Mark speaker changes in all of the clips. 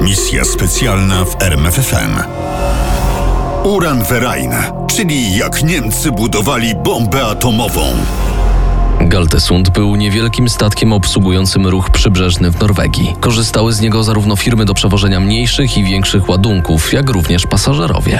Speaker 1: Misja specjalna w RMFFM. Uran Verein, czyli jak Niemcy budowali bombę atomową.
Speaker 2: Galtesund był niewielkim statkiem obsługującym ruch przybrzeżny w Norwegii. Korzystały z niego zarówno firmy do przewożenia mniejszych i większych ładunków, jak również pasażerowie.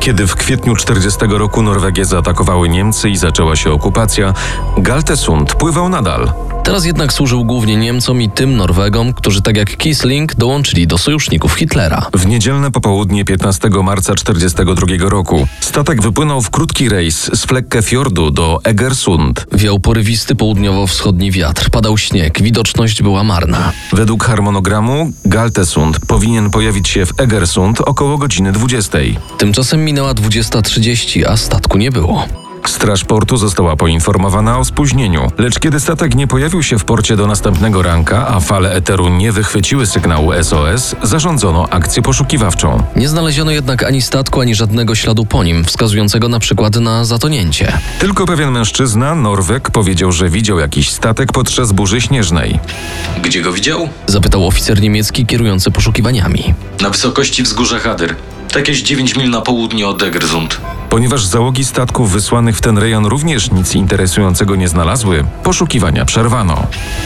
Speaker 3: Kiedy w kwietniu 40 roku Norwegię zaatakowały Niemcy i zaczęła się okupacja, Galtesund pływał nadal.
Speaker 2: Teraz jednak służył głównie Niemcom i tym Norwegom, którzy tak jak Kisling dołączyli do sojuszników Hitlera.
Speaker 3: W niedzielne popołudnie 15 marca 42 roku statek wypłynął w krótki rejs z Flekkefjordu do Egersund.
Speaker 2: Wiał porywisty południowo-wschodni wiatr, padał śnieg, widoczność była marna.
Speaker 3: Według harmonogramu Galtesund powinien pojawić się w Egersund około godziny 20.
Speaker 2: Tymczasem minęła 20.30, a statku nie było.
Speaker 3: Straż portu została poinformowana o spóźnieniu, lecz kiedy statek nie pojawił się w porcie do następnego ranka, a fale eteru nie wychwyciły sygnału SOS, zarządzono akcję poszukiwawczą.
Speaker 2: Nie znaleziono jednak ani statku, ani żadnego śladu po nim, wskazującego na przykład na zatonięcie.
Speaker 3: Tylko pewien mężczyzna, Norweg, powiedział, że widział jakiś statek podczas burzy śnieżnej.
Speaker 4: Gdzie go widział?
Speaker 2: Zapytał oficer niemiecki kierujący poszukiwaniami.
Speaker 4: Na wysokości wzgórza Hadyr. Takieś 9 mil na południe od Egersund.
Speaker 3: Ponieważ załogi statków wysłanych w ten rejon również nic interesującego nie znalazły, poszukiwania przerwano.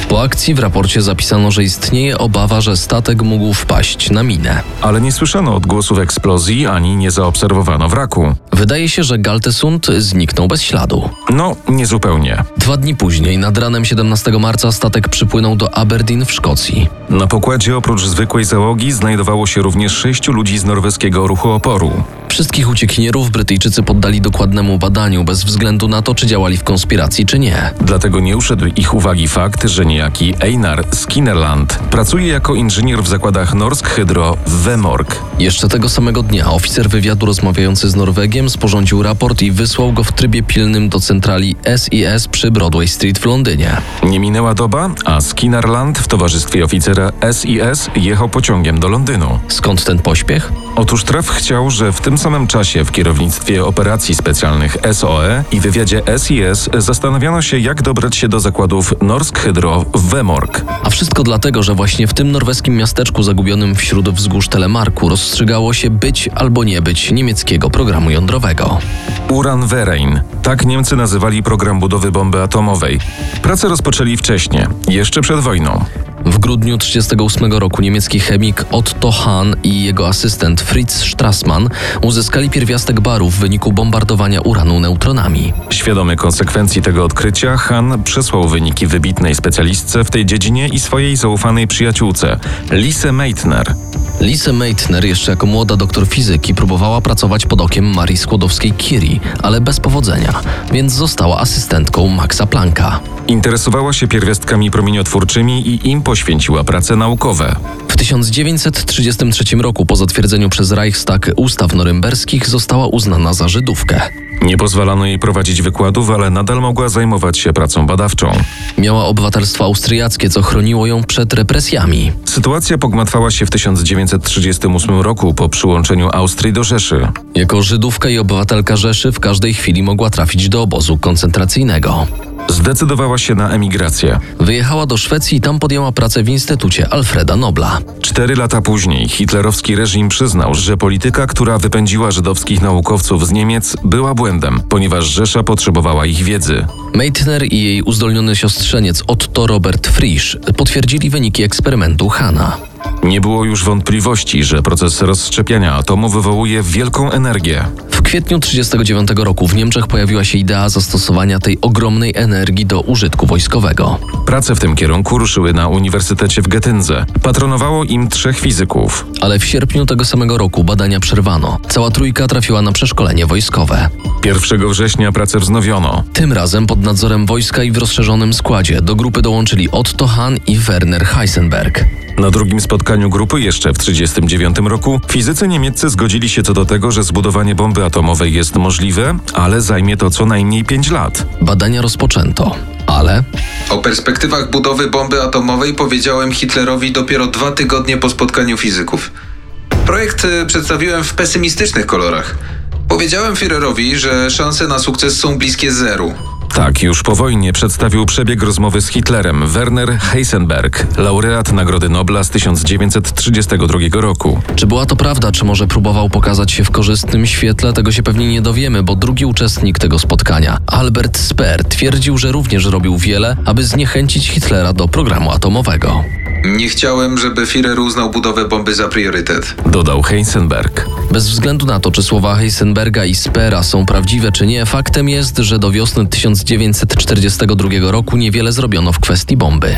Speaker 2: Po akcji w raporcie zapisano, że istnieje obawa, że statek mógł wpaść na minę.
Speaker 3: Ale nie słyszano odgłosów eksplozji ani nie zaobserwowano wraku.
Speaker 2: Wydaje się, że Galtesund zniknął bez śladu.
Speaker 3: No, niezupełnie.
Speaker 2: Dwa dni później, nad ranem 17 marca, statek przypłynął do Aberdeen w Szkocji.
Speaker 3: Na pokładzie oprócz zwykłej załogi znajdowało się również sześciu ludzi z norweskiego ruchu oporu.
Speaker 2: Wszystkich uciekinierów Brytyjczycy poddali dokładnemu badaniu, bez względu na to, czy działali w konspiracji, czy nie.
Speaker 3: Dlatego nie uszedł ich uwagi fakt, że niejaki Einar Skinnerland pracuje jako inżynier w zakładach Norsk Hydro w Wemork.
Speaker 2: Jeszcze tego samego dnia oficer wywiadu rozmawiający z Norwegiem sporządził raport i wysłał go w trybie pilnym do centrali SIS przy Broadway Street w Londynie.
Speaker 3: Nie minęła doba, a Skinnerland w towarzystwie oficera SIS jechał pociągiem do Londynu.
Speaker 2: Skąd ten pośpiech?
Speaker 3: Otóż traf chciał, że w tym samym czasie w kierownictwie operacji specjalnych SOE i wywiadzie SIS zastanawiano się, jak dobrać się do zakładów Norsk Hydro w Wemork.
Speaker 2: A wszystko dlatego, że właśnie w tym norweskim miasteczku zagubionym wśród wzgórz Telemarku rozstrzygało się być albo nie być niemieckiego programu jądrowego.
Speaker 3: Uran Verein. Tak Niemcy nazywali program budowy bomby atomowej. Prace rozpoczęli wcześniej, jeszcze przed wojną.
Speaker 2: W grudniu 1938 roku niemiecki chemik Otto Hahn i jego asystent Fritz Strassmann uzyskali pierwiastek baru w wyniku bombardowania uranu neutronami.
Speaker 3: Świadomy konsekwencji tego odkrycia, Han przesłał wyniki wybitnej specjalistce w tej dziedzinie i swojej zaufanej przyjaciółce, Lise Meitner.
Speaker 2: Lise Meitner jeszcze jako młoda doktor fizyki próbowała pracować pod okiem Marii Skłodowskiej-Curie, ale bez powodzenia, więc została asystentką Maxa Plancka.
Speaker 3: Interesowała się pierwiastkami promieniotwórczymi i im poświęciła prace naukowe.
Speaker 2: W 1933 roku po zatwierdzeniu przez Reichstag ustaw norymberskich została uznana za Żydówkę.
Speaker 3: Nie pozwalano jej prowadzić wykładów, ale nadal mogła zajmować się pracą badawczą.
Speaker 2: Miała obywatelstwo austriackie, co chroniło ją przed represjami.
Speaker 3: Sytuacja pogmatwała się w 1938 roku po przyłączeniu Austrii do Rzeszy.
Speaker 2: Jako Żydówka i obywatelka Rzeszy w każdej chwili mogła trafić do obozu koncentracyjnego.
Speaker 3: Zdecydowała się na emigrację.
Speaker 2: Wyjechała do Szwecji i tam podjęła pracę w Instytucie Alfreda Nobla.
Speaker 3: Cztery lata później hitlerowski reżim przyznał, że polityka, która wypędziła żydowskich naukowców z Niemiec, była błędem, ponieważ Rzesza potrzebowała ich wiedzy.
Speaker 2: Meitner i jej uzdolniony siostrzeniec Otto Robert Frisch potwierdzili wyniki eksperymentu Hanna.
Speaker 3: Nie było już wątpliwości, że proces rozszczepiania atomu wywołuje wielką energię.
Speaker 2: W kwietniu 1939 roku w Niemczech pojawiła się idea zastosowania tej ogromnej energii do użytku wojskowego.
Speaker 3: Prace w tym kierunku ruszyły na Uniwersytecie w Getyndze. Patronowało im trzech fizyków.
Speaker 2: Ale w sierpniu tego samego roku badania przerwano. Cała trójka trafiła na przeszkolenie wojskowe.
Speaker 3: 1 września pracę wznowiono.
Speaker 2: Tym razem pod nadzorem wojska i w rozszerzonym składzie do grupy dołączyli Otto Hahn i Werner Heisenberg.
Speaker 3: Na drugim spotkaniu grupy jeszcze w 1939 roku fizycy niemieccy zgodzili się co do tego, że zbudowanie bomby atomowej jest możliwe, ale zajmie to co najmniej 5 lat.
Speaker 2: Badania rozpoczęto, ale
Speaker 5: O perspektywach budowy bomby atomowej powiedziałem Hitlerowi dopiero dwa tygodnie po spotkaniu fizyków. Projekt y, przedstawiłem w pesymistycznych kolorach. Powiedziałem Führerowi, że szanse na sukces są bliskie zeru.
Speaker 3: Tak, już po wojnie przedstawił przebieg rozmowy z Hitlerem Werner Heisenberg, laureat Nagrody Nobla z 1932 roku.
Speaker 2: Czy była to prawda, czy może próbował pokazać się w korzystnym świetle, tego się pewnie nie dowiemy, bo drugi uczestnik tego spotkania, Albert Speer, twierdził, że również robił wiele, aby zniechęcić Hitlera do programu atomowego.
Speaker 5: Nie chciałem, żeby Führer uznał budowę bomby za priorytet.
Speaker 3: Dodał Heisenberg.
Speaker 2: Bez względu na to, czy słowa Heisenberga i Spera są prawdziwe czy nie, faktem jest, że do wiosny 1942 roku niewiele zrobiono w kwestii bomby.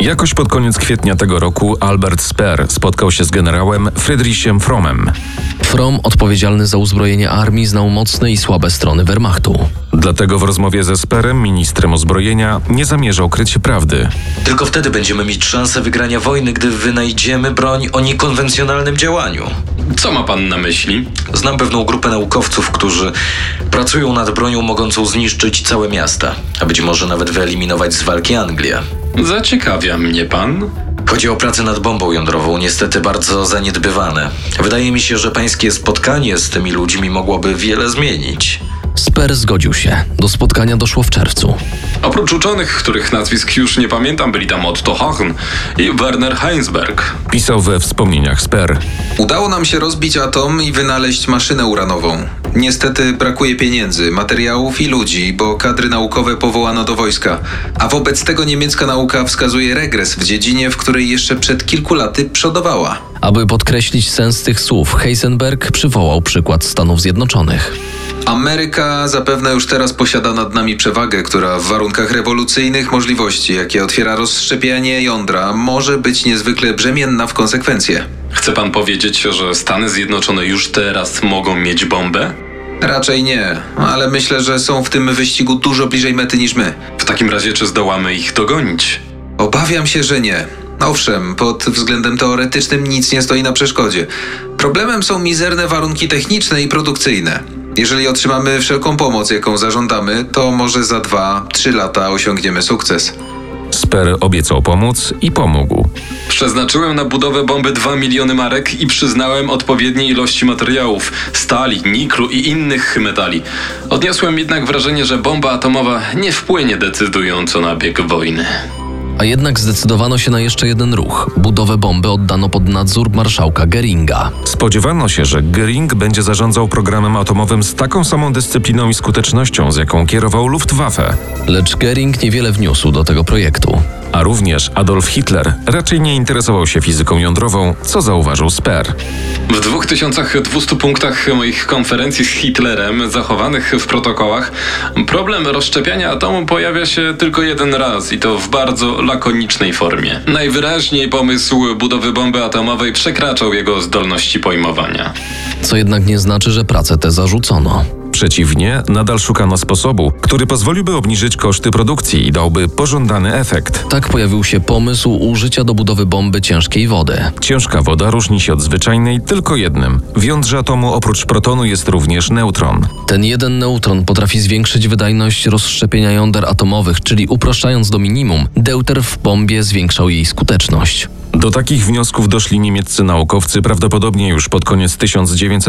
Speaker 3: Jakoś pod koniec kwietnia tego roku Albert Speer spotkał się z generałem Friedrichem Frommem.
Speaker 2: From, odpowiedzialny za uzbrojenie armii, znał mocne i słabe strony Wehrmachtu.
Speaker 3: Dlatego w rozmowie ze Sperem, ministrem uzbrojenia, nie zamierzał kryć prawdy.
Speaker 4: Tylko wtedy będziemy mieć szansę wygrania wojny, gdy wynajdziemy broń o niekonwencjonalnym działaniu.
Speaker 6: Co ma pan na myśli?
Speaker 4: Znam pewną grupę naukowców, którzy pracują nad bronią mogącą zniszczyć całe miasta, a być może nawet wyeliminować z walki Anglię.
Speaker 6: Zaciekawia mnie pan.
Speaker 4: Chodzi o pracę nad bombą jądrową, niestety bardzo zaniedbywane. Wydaje mi się, że pańskie spotkanie z tymi ludźmi mogłoby wiele zmienić.
Speaker 2: Sper zgodził się. Do spotkania doszło w czerwcu.
Speaker 6: Oprócz uczonych, których nazwisk już nie pamiętam, byli tam Otto Horn i Werner Heinsberg.
Speaker 3: Pisał we wspomnieniach Sper.
Speaker 5: Udało nam się rozbić atom i wynaleźć maszynę uranową. Niestety brakuje pieniędzy, materiałów i ludzi, bo kadry naukowe powołano do wojska. A wobec tego niemiecka nauka wskazuje regres w dziedzinie, w której jeszcze przed kilku laty przodowała.
Speaker 2: Aby podkreślić sens tych słów, Heisenberg przywołał przykład Stanów Zjednoczonych.
Speaker 5: Ameryka zapewne już teraz posiada nad nami przewagę, która w warunkach rewolucyjnych możliwości, jakie otwiera rozszczepianie jądra, może być niezwykle brzemienna w konsekwencje.
Speaker 6: Chce pan powiedzieć, że Stany Zjednoczone już teraz mogą mieć bombę?
Speaker 5: Raczej nie, ale myślę, że są w tym wyścigu dużo bliżej mety niż my.
Speaker 6: W takim razie, czy zdołamy ich dogonić?
Speaker 5: Obawiam się, że nie. Owszem, pod względem teoretycznym nic nie stoi na przeszkodzie. Problemem są mizerne warunki techniczne i produkcyjne. Jeżeli otrzymamy wszelką pomoc, jaką zażądamy, to może za 2-3 lata osiągniemy sukces.
Speaker 3: Sper obiecał pomóc i pomógł.
Speaker 6: Przeznaczyłem na budowę bomby 2 miliony marek i przyznałem odpowiednie ilości materiałów stali, niklu i innych metali. Odniosłem jednak wrażenie, że bomba atomowa nie wpłynie decydująco na bieg wojny.
Speaker 2: A jednak zdecydowano się na jeszcze jeden ruch. Budowę bomby oddano pod nadzór marszałka Geringa.
Speaker 3: Spodziewano się, że Göring będzie zarządzał programem atomowym z taką samą dyscypliną i skutecznością, z jaką kierował Luftwaffe.
Speaker 2: Lecz Gering niewiele wniósł do tego projektu.
Speaker 3: A również Adolf Hitler raczej nie interesował się fizyką jądrową, co zauważył Sper.
Speaker 6: W 2200 punktach moich konferencji z Hitlerem, zachowanych w protokołach, problem rozszczepiania atomu pojawia się tylko jeden raz i to w bardzo lakonicznej formie. Najwyraźniej pomysł budowy bomby atomowej przekraczał jego zdolności pojmowania.
Speaker 2: Co jednak nie znaczy, że pracę tę zarzucono.
Speaker 3: Przeciwnie, nadal szukano sposobu, który pozwoliłby obniżyć koszty produkcji i dałby pożądany efekt.
Speaker 2: Tak pojawił się pomysł użycia do budowy bomby ciężkiej wody.
Speaker 3: Ciężka woda różni się od zwyczajnej tylko jednym. W jądrze atomu oprócz protonu jest również neutron.
Speaker 2: Ten jeden neutron potrafi zwiększyć wydajność rozszczepienia jąder atomowych, czyli upraszczając do minimum, deuter w bombie zwiększał jej skuteczność.
Speaker 3: Do takich wniosków doszli niemieccy naukowcy prawdopodobnie już pod koniec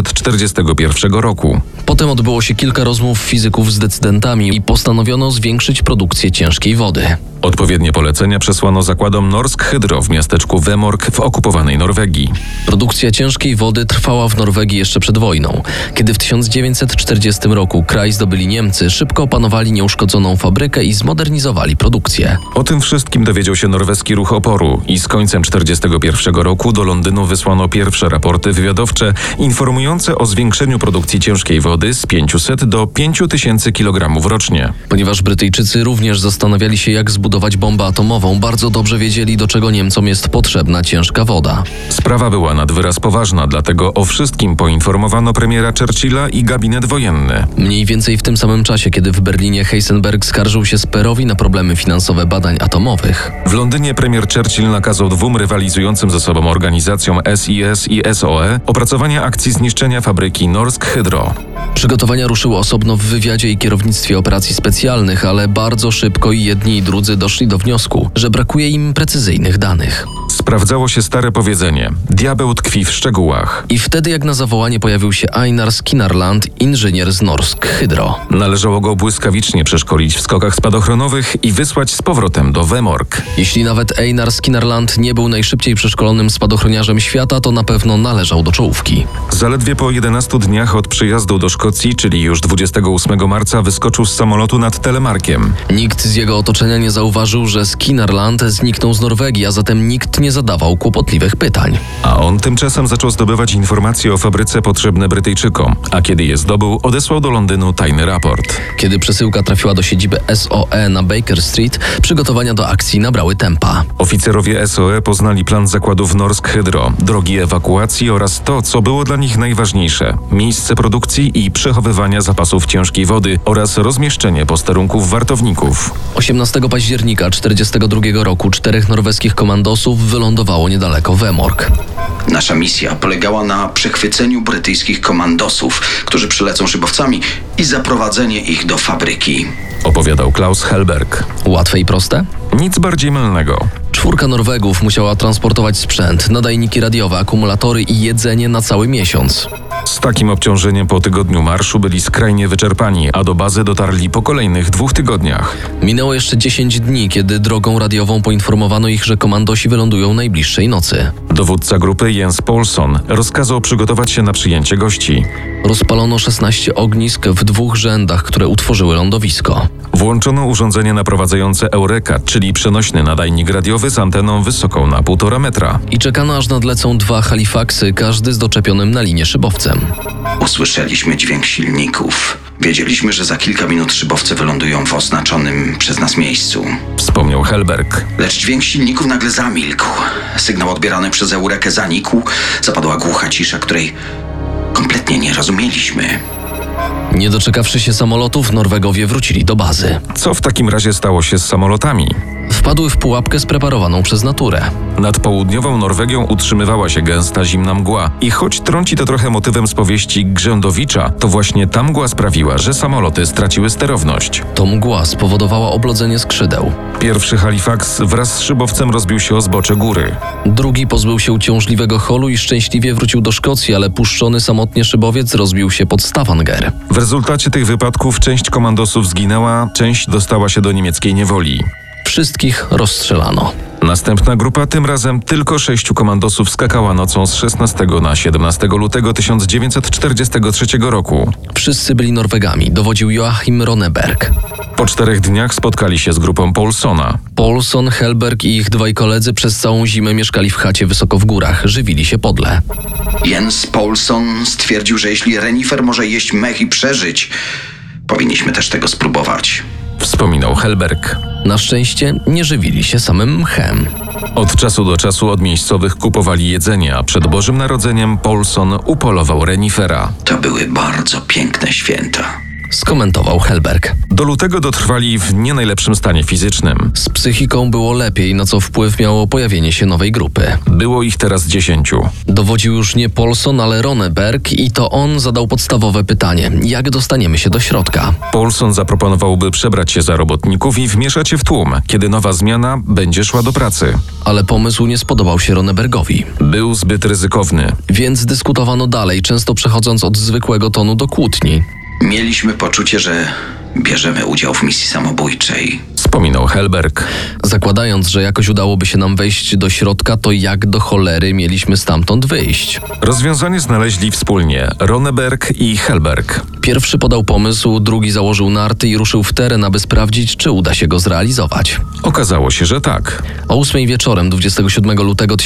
Speaker 3: 1941 roku.
Speaker 2: Potem odbyło się kilka rozmów fizyków z decydentami i postanowiono zwiększyć produkcję ciężkiej wody.
Speaker 3: Odpowiednie polecenia przesłano zakładom Norsk Hydro w miasteczku Wemork w okupowanej Norwegii.
Speaker 2: Produkcja ciężkiej wody trwała w Norwegii jeszcze przed wojną. Kiedy w 1940 roku kraj zdobyli Niemcy, szybko opanowali nieuszkodzoną fabrykę i zmodernizowali produkcję.
Speaker 3: O tym wszystkim dowiedział się norweski ruch oporu i z końcem 1941 roku do Londynu wysłano pierwsze raporty wywiadowcze informujące o zwiększeniu produkcji ciężkiej wody z 500 do 5000 kg rocznie.
Speaker 2: Ponieważ Brytyjczycy również zastanawiali się, jak zbudować bombę atomową, bardzo dobrze wiedzieli, do czego Niemcom jest potrzebna ciężka woda.
Speaker 3: Sprawa była nad wyraz poważna, dlatego o wszystkim poinformowano premiera Churchilla i gabinet wojenny.
Speaker 2: Mniej więcej w tym samym czasie, kiedy w Berlinie Heisenberg skarżył się Sperowi na problemy finansowe badań atomowych.
Speaker 3: W Londynie premier Churchill nakazał dwóm rywalizującym ze sobą organizacjom SIS i SOE opracowanie akcji zniszczenia fabryki Norsk Hydro.
Speaker 2: Przygotowania ruszyły osobno w wywiadzie i kierownictwie operacji specjalnych, ale bardzo szybko i jedni i drudzy doszli do wniosku, że brakuje im precyzyjnych danych.
Speaker 3: sprawdzało się stare powiedzenie: diabeł tkwi w szczegółach.
Speaker 2: I wtedy jak na zawołanie pojawił się Einar Skinnerland, inżynier z Norsk Hydro.
Speaker 3: Należało go błyskawicznie przeszkolić w skokach spadochronowych i wysłać z powrotem do Wemork.
Speaker 2: Jeśli nawet Einar Skinnerland nie był najszybciej przeszkolonym spadochroniarzem świata, to na pewno należał do czołówki.
Speaker 3: Zaledwie po 11 dniach od przyjazdu do Szkocji, czyli już 28 marca, wyskoczył z samolotu nad Telemarkiem.
Speaker 2: Nikt z jego otoczenia nie zauważył, że Skinnerland zniknął z Norwegii, a zatem nikt nie zadawał kłopotliwych pytań.
Speaker 3: A on tymczasem zaczął zdobywać informacje o fabryce potrzebne Brytyjczykom, a kiedy je zdobył, odesłał do Londynu tajny raport.
Speaker 2: Kiedy przesyłka trafiła do siedziby SOE na Baker Street, przygotowania do akcji nabrały tempa.
Speaker 3: Oficerowie SOE poznali plan zakładów Norsk Hydro, drogi ewakuacji oraz to, co było dla nich najważniejsze miejsce produkcji i przechowywania zapasów ciężkiej wody oraz rozmieszczenie posterunków wartowników.
Speaker 2: 18 października 1942 roku czterech norweskich komandosów wylądowało niedaleko Wemork.
Speaker 7: Nasza misja polegała na przechwyceniu brytyjskich komandosów, którzy przylecą szybowcami i zaprowadzenie ich do fabryki.
Speaker 3: Opowiadał Klaus Helberg.
Speaker 2: Łatwe i proste?
Speaker 3: Nic bardziej mylnego.
Speaker 2: Czwórka Norwegów musiała transportować sprzęt, nadajniki radiowe, akumulatory i jedzenie na cały miesiąc.
Speaker 3: Z takim obciążeniem po tygodniu marszu byli skrajnie wyczerpani, a do bazy dotarli po kolejnych dwóch tygodniach.
Speaker 2: Minęło jeszcze 10 dni, kiedy drogą radiową poinformowano ich, że komandosi wylądują najbliższej nocy.
Speaker 3: Dowódca grupy Jens Paulson rozkazał przygotować się na przyjęcie gości.
Speaker 2: Rozpalono 16 ognisk w dwóch rzędach, które utworzyły lądowisko.
Speaker 3: Włączono urządzenie naprowadzające Eureka, czyli przenośny nadajnik radiowy z anteną wysoką na 1,5 metra.
Speaker 2: I czekano aż nadlecą dwa Halifaxy, każdy z doczepionym na linie szybowcem.
Speaker 7: Usłyszeliśmy dźwięk silników. Wiedzieliśmy, że za kilka minut szybowce wylądują w oznaczonym przez nas miejscu.
Speaker 3: Wspomniał Helberg.
Speaker 7: Lecz dźwięk silników nagle zamilkł. Sygnał odbierany przez Eurekę zanikł. Zapadła głucha cisza, której kompletnie nie rozumieliśmy.
Speaker 2: Nie doczekawszy się samolotów, Norwegowie wrócili do bazy.
Speaker 3: Co w takim razie stało się z samolotami?
Speaker 2: Wpadły w pułapkę spreparowaną przez naturę.
Speaker 3: Nad południową Norwegią utrzymywała się gęsta zimna mgła i choć trąci to trochę motywem z powieści Grzędowicza, to właśnie ta mgła sprawiła, że samoloty straciły sterowność.
Speaker 2: To mgła spowodowała oblodzenie skrzydeł.
Speaker 3: Pierwszy Halifax wraz z szybowcem rozbił się o zbocze góry.
Speaker 2: Drugi pozbył się uciążliwego holu i szczęśliwie wrócił do Szkocji, ale puszczony samotnie szybowiec rozbił się pod Stavanger.
Speaker 3: W rezultacie tych wypadków część komandosów zginęła, część dostała się do niemieckiej niewoli.
Speaker 2: Wszystkich rozstrzelano.
Speaker 3: Następna grupa, tym razem tylko sześciu komandosów, skakała nocą z 16 na 17 lutego 1943 roku.
Speaker 2: Wszyscy byli Norwegami, dowodził Joachim Roneberg.
Speaker 3: Po czterech dniach spotkali się z grupą Paulsona.
Speaker 2: Paulson, Helberg i ich dwaj koledzy przez całą zimę mieszkali w chacie wysoko w górach, żywili się podle.
Speaker 7: Jens Paulson stwierdził, że jeśli renifer może jeść mech i przeżyć, powinniśmy też tego spróbować.
Speaker 3: Wspominał Helberg.
Speaker 2: Na szczęście nie żywili się samym mchem.
Speaker 3: Od czasu do czasu od miejscowych kupowali jedzenie, a przed Bożym Narodzeniem Paulson upolował renifera.
Speaker 7: To były bardzo piękne święta.
Speaker 2: Skomentował Helberg.
Speaker 3: Do lutego dotrwali w nie najlepszym stanie fizycznym.
Speaker 2: Z psychiką było lepiej, na co wpływ miało pojawienie się nowej grupy.
Speaker 3: Było ich teraz dziesięciu.
Speaker 2: Dowodził już nie Paulson, ale Roneberg i to on zadał podstawowe pytanie: jak dostaniemy się do środka?
Speaker 3: Paulson zaproponowałby przebrać się za robotników i wmieszać się w tłum, kiedy nowa zmiana będzie szła do pracy.
Speaker 2: Ale pomysł nie spodobał się Ronebergowi,
Speaker 3: Był zbyt ryzykowny.
Speaker 2: więc dyskutowano dalej, często przechodząc od zwykłego tonu do kłótni.
Speaker 7: Mieliśmy poczucie, że bierzemy udział w misji samobójczej.
Speaker 3: Wspominał Helberg.
Speaker 2: Zakładając, że jakoś udałoby się nam wejść do środka, to jak do cholery mieliśmy stamtąd wyjść?
Speaker 3: Rozwiązanie znaleźli wspólnie Roneberg i Helberg.
Speaker 2: Pierwszy podał pomysł, drugi założył narty i ruszył w teren, aby sprawdzić, czy uda się go zrealizować.
Speaker 3: Okazało się, że tak.
Speaker 2: O 8 wieczorem 27 lutego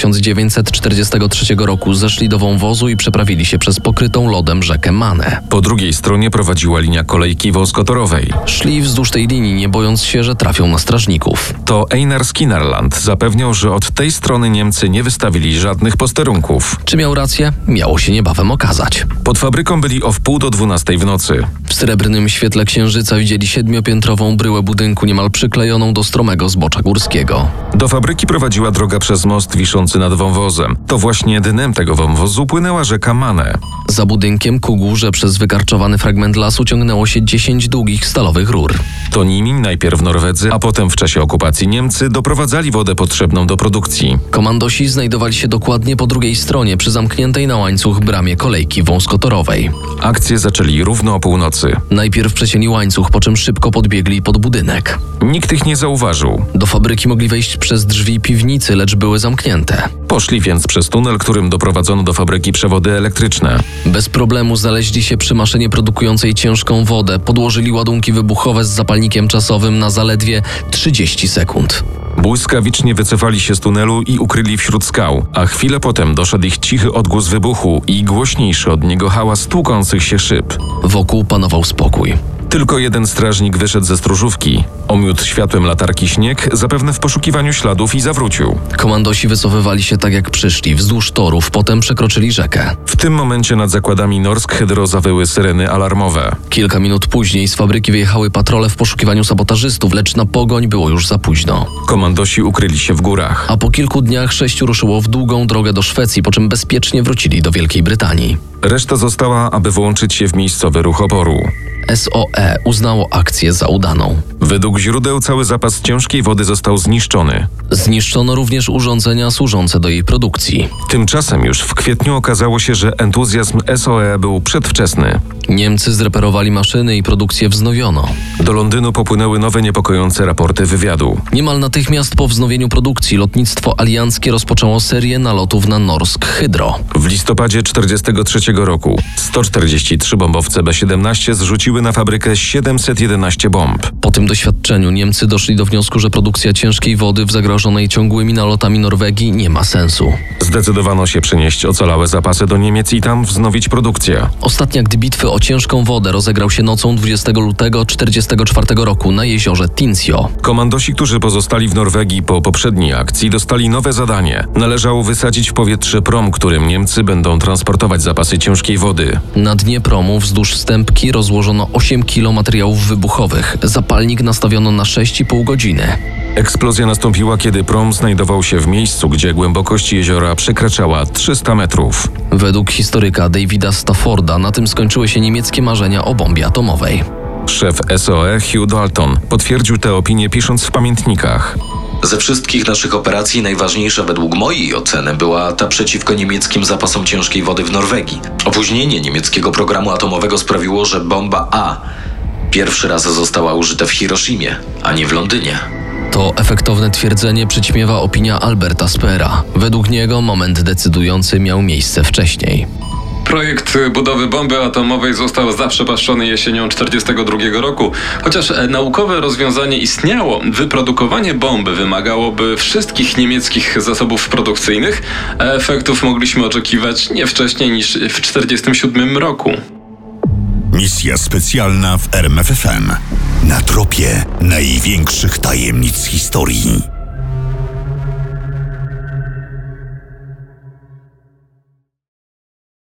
Speaker 2: 1943 roku zeszli do wąwozu i przeprawili się przez pokrytą lodem rzekę Manę.
Speaker 3: Po drugiej stronie prowadziła linia kolejki wąskotorowej.
Speaker 2: Szli wzdłuż tej linii, nie bojąc się, że trafią na strażników.
Speaker 3: To Einar Skinnerland zapewniał, że od tej strony Niemcy nie wystawili żadnych posterunków.
Speaker 2: Czy miał rację? Miało się niebawem okazać.
Speaker 3: Pod fabryką byli o wpół do dwunastej w nocy.
Speaker 2: W srebrnym świetle księżyca widzieli siedmiopiętrową bryłę budynku niemal przyklejoną do stromego zbocza górskiego.
Speaker 3: Do fabryki prowadziła droga przez most wiszący nad wąwozem. To właśnie dnem tego wąwozu płynęła rzeka Mane.
Speaker 2: Za budynkiem ku górze przez wykarczowany fragment lasu ciągnęło się 10 długich stalowych rur.
Speaker 3: To nimi najpierw Norwedzy, razy, a potem w czasie okupacji Niemcy doprowadzali wodę potrzebną do produkcji.
Speaker 2: Komandosi znajdowali się dokładnie po drugiej stronie, przy zamkniętej na łańcuch bramie kolejki wąskotorowej.
Speaker 3: Akcję zaczęli równo o północy.
Speaker 2: Najpierw przecięli łańcuch, po czym szybko podbiegli pod budynek.
Speaker 3: Nikt ich nie zauważył.
Speaker 2: Do fabryki mogli wejść przez drzwi piwnicy, lecz były zamknięte.
Speaker 3: Poszli więc przez tunel, którym doprowadzono do fabryki przewody elektryczne.
Speaker 2: Bez problemu znaleźli się przy maszynie produkującej ciężką wodę, podłożyli ładunki wybuchowe z zapalnikiem czasowym na zaledwie 30 sekund.
Speaker 3: Błyskawicznie wycofali się z tunelu i ukryli wśród skał, a chwilę potem doszedł ich cichy odgłos wybuchu i głośniejszy od niego hałas tłukących się szyb.
Speaker 2: Wokół panował spokój.
Speaker 3: Tylko jeden strażnik wyszedł ze stróżówki, omiótł światłem latarki śnieg, zapewne w poszukiwaniu śladów i zawrócił.
Speaker 2: Komandosi wycofywali się tak jak przyszli, wzdłuż torów, potem przekroczyli rzekę.
Speaker 3: W tym momencie nad zakładami Norsk Hydro zawyły syreny alarmowe.
Speaker 2: Kilka minut później z fabryki wyjechały patrole w poszukiwaniu sabotażystów, lecz na pogoń było już za późno.
Speaker 3: Komandosi ukryli się w górach.
Speaker 2: A po kilku dniach sześciu ruszyło w długą drogę do Szwecji, po czym bezpiecznie wrócili do Wielkiej Brytanii.
Speaker 3: Reszta została, aby włączyć się w miejscowy ruch oporu.
Speaker 2: SOE E uznało akcję za udaną.
Speaker 3: Według źródeł cały zapas ciężkiej wody został zniszczony.
Speaker 2: Zniszczono również urządzenia służące do jej produkcji.
Speaker 3: Tymczasem już w kwietniu okazało się, że entuzjazm SOE był przedwczesny.
Speaker 2: Niemcy zreperowali maszyny i produkcję wznowiono.
Speaker 3: Do Londynu popłynęły nowe niepokojące raporty wywiadu.
Speaker 2: Niemal natychmiast po wznowieniu produkcji lotnictwo alianckie rozpoczęło serię nalotów na Norsk Hydro.
Speaker 3: W listopadzie 1943 roku 143 bombowce B-17 zrzuciły na fabrykę 711 bomb.
Speaker 2: Po tym doświadczeniu Niemcy doszli do wniosku, że produkcja ciężkiej wody w zagrożonej ciągłymi nalotami Norwegii nie ma sensu.
Speaker 3: Zdecydowano się przenieść ocalałe zapasy do Niemiec i tam wznowić produkcję.
Speaker 2: Ostatni akt bitwy o ciężką wodę rozegrał się nocą 20 lutego 1944 roku na jeziorze Tinsio.
Speaker 3: Komandosi, którzy pozostali w Norwegii po poprzedniej akcji, dostali nowe zadanie. Należało wysadzić w powietrze prom, którym Niemcy będą transportować zapasy ciężkiej wody.
Speaker 2: Na dnie promu wzdłuż stępki rozłożono 8 kg materiałów wybuchowych. Zapalnik nastawiono na 6,5 godziny.
Speaker 3: Eksplozja nastąpiła, kiedy prom znajdował się w miejscu, gdzie głębokość jeziora przekraczała 300 metrów.
Speaker 2: Według historyka Davida Stafforda na tym skończyły się niemieckie marzenia o bombie atomowej.
Speaker 3: Szef SOE Hugh Dalton potwierdził tę opinię pisząc w pamiętnikach.
Speaker 4: Ze wszystkich naszych operacji najważniejsza według mojej oceny była ta przeciwko niemieckim zapasom ciężkiej wody w Norwegii. Opóźnienie niemieckiego programu atomowego sprawiło, że bomba A pierwszy raz została użyta w Hiroshimie, a nie w Londynie.
Speaker 2: To efektowne twierdzenie przyćmiewa opinia Alberta Spera. Według niego moment decydujący miał miejsce wcześniej.
Speaker 6: Projekt budowy bomby atomowej został zaprzepaszczony jesienią 1942 roku. Chociaż e, naukowe rozwiązanie istniało, wyprodukowanie bomby wymagałoby wszystkich niemieckich zasobów produkcyjnych. a Efektów mogliśmy oczekiwać nie wcześniej niż w 1947 roku.
Speaker 1: Misja specjalna w RMFFM. Na tropie największych tajemnic historii.